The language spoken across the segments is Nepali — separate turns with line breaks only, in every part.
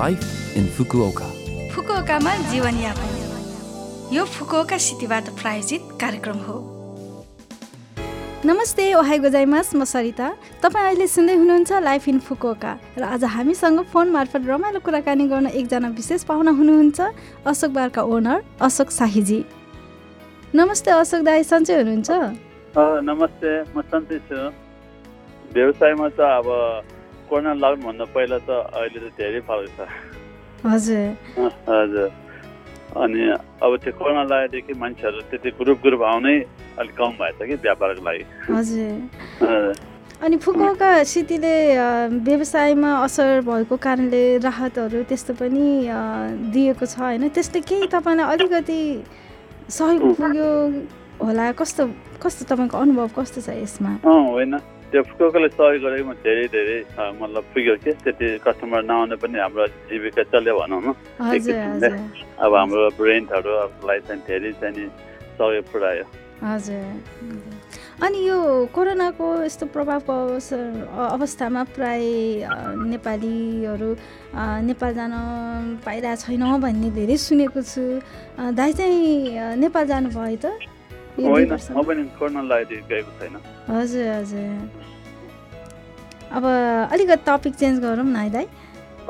Life in Fukuoka.
फुकुओकामा जीवनयापन यो फुकुओका सिटीबाट प्रायोजित कार्यक्रम हो
नमस्ते ओहाई गोजाइमास म सरिता तपाईँ अहिले सुन्दै हुनुहुन्छ लाइफ इन फुकुओका र आज हामीसँग फोन मार्फत रमाइलो कुराकानी गर्न एकजना विशेष पाहुना हुनुहुन्छ अशोक बारका ओनर अशोक शाहीजी नमस्ते अशोक दाई सन्चै हुनुहुन्छ
अँ, नमस्ते म सन्चै छु व्यवसायमा त अब कोरोना लकडाउनभन्दा पहिला त अहिले त धेरै फरक छ
हजुर
अँ, हजुर अनि अब त्यो कोरोना लागेदेखि मान्छेहरू त्यति ग्रुप ग्रुप आउनै अलिक कम भएछ कि व्यापारको लागि
हजुर
अँ,
अनि फुकुओका सिटीले अ, व्यवसायमा असर भएको कारणले राहतहरू त्यस्तो पनि अ, दिएको छ होइन त्यसले केही तपाईँलाई अलिकति सहयोग पुग्यो होला कस्तो कस्तो तपाईँको अनुभव कस्तो छ यसमा
अँ होइन त्यो फुकोकोले सहयोग गरेकोमा धेरै धेरै अँ, मतलब पुग्यो कि त्यति कस्टमर नआउने पनि हाम्रो जीविका चल्यो भनौँ न
हजुर हजुर
अब हाम्रो रेन्टहरू अब लाई चाहिँ धेरै चाहिँ नि सहयोग पुऱ्यायो
हजुर अनि यो कोरोनाको यस्तो प्रभावको अवसर अ- अवस्थामा प्राय अ, नेपालीहरू अ, नेपाल जान पाइरहेको छैन भन्ने धेरै सुनेको छु अ, दाइ चाहिँ अ, नेपाल जानुभयो त यो दुई
होइन म
वर्षमा?
पनि कोरोना लागेदेखि गएको छैन
हजुर हजुर अब अलिकति टपिक चेन्ज गरौँ न है दाइ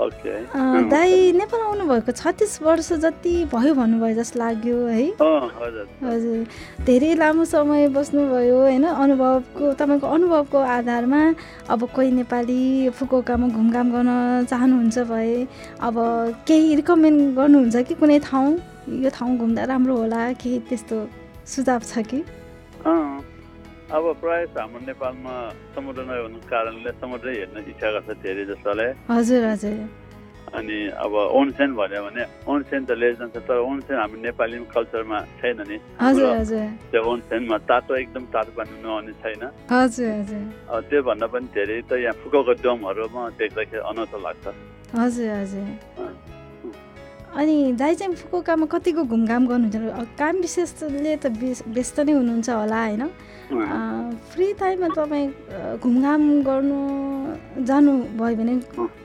ओके
अ, दाइ नेपाल आउनुभएको छत्तिस वर्ष जति भयो भन्नुभयो जस्तो लाग्यो है
अँ, हजुर
हजुर धेरै लामो समय बस्नुभयो होइन अनुभवको तपाईँको अनुभवको आधारमा अब कोही नेपाली फुकुकामा घुमघाम गर्न चाहनुहुन्छ भए अब केही रिकमेन्ड गर्नुहुन्छ कि कुनै ठाउँ यो ठाउँ घुम्दा राम्रो होला केही त्यस्तो सुझाव छ कि
अँ, अब प्रायः जस्तो हाम्रो नेपालमा समुद्र नभएको कारणले समुद्रै हेर्न इच्छा गर्छ धेरै जस्तोले
हजुर हजुर
अनि अब ओनसेन भन्यो भने ओनसेन त लिएर जान्छ तर ओनसेन हाम्रो नेपाली कल्चरमा छैन नि
हजुर
हाम्रो
हजुर
त्यो ओनसेनमा तातो एकदम तातो पानी नआउने छैन
हजुर हजुर
अब त्योभन्दा पनि धेरै त यहाँ फुकाउको डोमहरूमा देख्दाखेरि अनौठो लाग्छ
हजुर हजुर
अँ।
अनि दाइ चाहिँ फुकुकामा कतिको घुमघाम गर्नुहुन्छ अ, काम विशेषले त व्यस- व्यस्त नै हुनुहुन्छ होला होइन
अँ,
फ्री टाइममा तपाईँ अ, घुमघाम गर्नु जानुभयो भने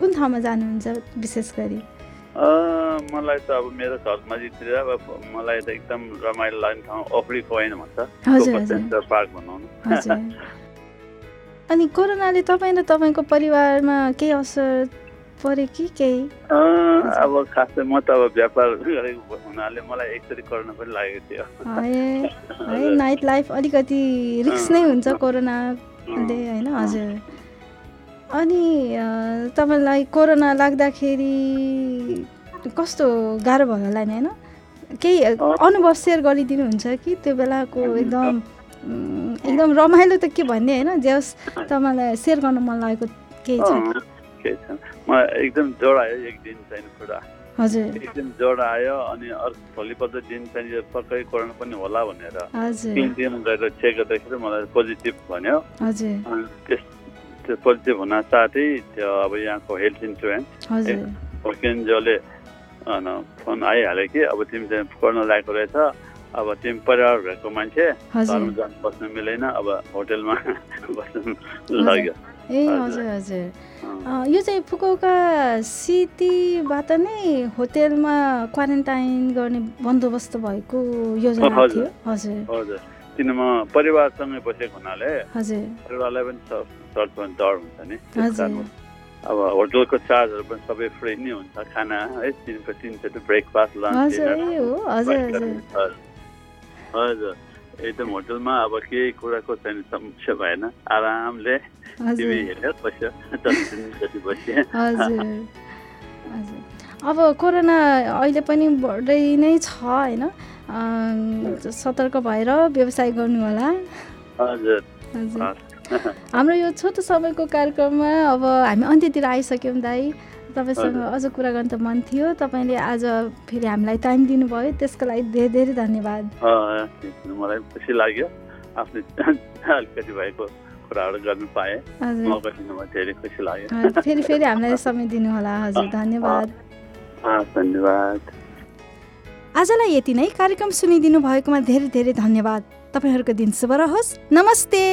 कुन ठाउँमा जानुहुन्छ विशेष गरी
अँ, मलाई त अब मेरो घर नजिकतिर अब मलाई त एकदम रमाइलो लाग्ने ठाउँ ओखरी कोइन भन्छ
हजुर,
कोको
हजुर।
सेन्टर पार्क भनौँ न
हजुर अनि कोरोनाले तपाईँ र तपाईँको परिवारमा केही असर पऱ्यो कि केही
अँ, अब खासै म त अब व्यापार गरेको हुनाले मलाई एकचोटि कोरोना पनि लागेको थियो
है है
हजुर।
नाइट लाइफ अलिकति रिक्स नै हुन्छ कोरोनाले होइन हजुर अनि अ, तपाईँलाई कोरोना लाग्दाखेरि कस्तो गाह्रो भयो होला नि होइन केही अनुभव सेयर गरिदिनुहुन्छ कि त्यो बेलाको एकदम उम्, एकदम रमाइलो त के भन्ने होइन जे होस् तपाईँलाई सेयर गर्न मन लागेको केही छ
अँ, केही छैन म एकदम ज्वरो आयो एक दिन चाहिँ पुरा
हजुर
एकदम ज्वरो आयो अनि अर्को भोलिपल्ट दिन चाहिँ यो पक्कै कोरोना पनि होला भनेर
हजुर
तिन दिन गएर चेक गर्दाखेरि मलाई पोजिटिभ भन्यो
हजुर
अनि त्यस त्यो पोजिटिभ हुन साथै त्यो अब यहाँको हेल्थ इन्सुरेन्स
हजुर
ओकेन्जोले अन फोन आइहाल्यो कि अब तिमी चाहिँ कोरोना लागेको रहेछ अब तिमी परिवारहरूको मान्छे घरमा
हजुर
जान बस्नु मिलेन अब होटेलमा बस्नु लाग्यो
ए
हजुर।
हजुर हजुर अ,
अँ,
यो चाहिँ फुकुका सिटीबाट नै होटेलमा क्वारेन्टाइन गर्ने बन्दोबस्त भएको योजना
हजुर।
थियो हजुर
हजुर किनभने परिवारसँगै बसेको हुनाले
हजुर
परिवारलाई पनि स- सर्ट पनि डर हुन्छ नि त्यस
हजुर
कारण अब होटलको चार्जहरू पनि सबै फ्री नै हुन्छ खाना है तिनको तिनचोटि ब्रेकफास्ट लन्च
हजुर
डिनर
ए हो हजुर हजुर
हजुर हजुर एकदम होटलमा अब केही कुराको चाहिँ समस्या भएन आरामले टिभी
हजुर
हेरेर बस्यो दस दिन जति बस्यो
हजुर हजुर अब कोरोना अहिले पनि बढ्दै नै छ होइन अम, सतर्क भएर व्यवसाय गर्नु होला
हजुर
हजुर
हस्।
हाम्रो यो छोटो समयको कार्यक्रममा अब हामी अन्त्यतिर आइसक्यौँ दाई तपाईँसँग अझ कुरा गर्न त मन थियो तपाईँले आज फेरि हामीलाई टाइम दिनुभयो त्यसको लागि धेरै धेरै धन्यवाद
अँ, मलाई खुसी लाग्यो आफ्नो अलिकति भएको कुराहरू गर्नु पाएँ
हजुर
मौका दिनुभयो धेरै खुसी लाग्यो
हजुर, फेरि फेरि हामीलाई समय दिनुहोला हजुर धन्यवाद
हस्, धन्यवाद
आजलाई यति नै कार्यक्रम सुनिदिनु भएकोमा धेरै धेरै धन्यवाद तपाईँहरूको दिन शुभ रहोस् नमस्ते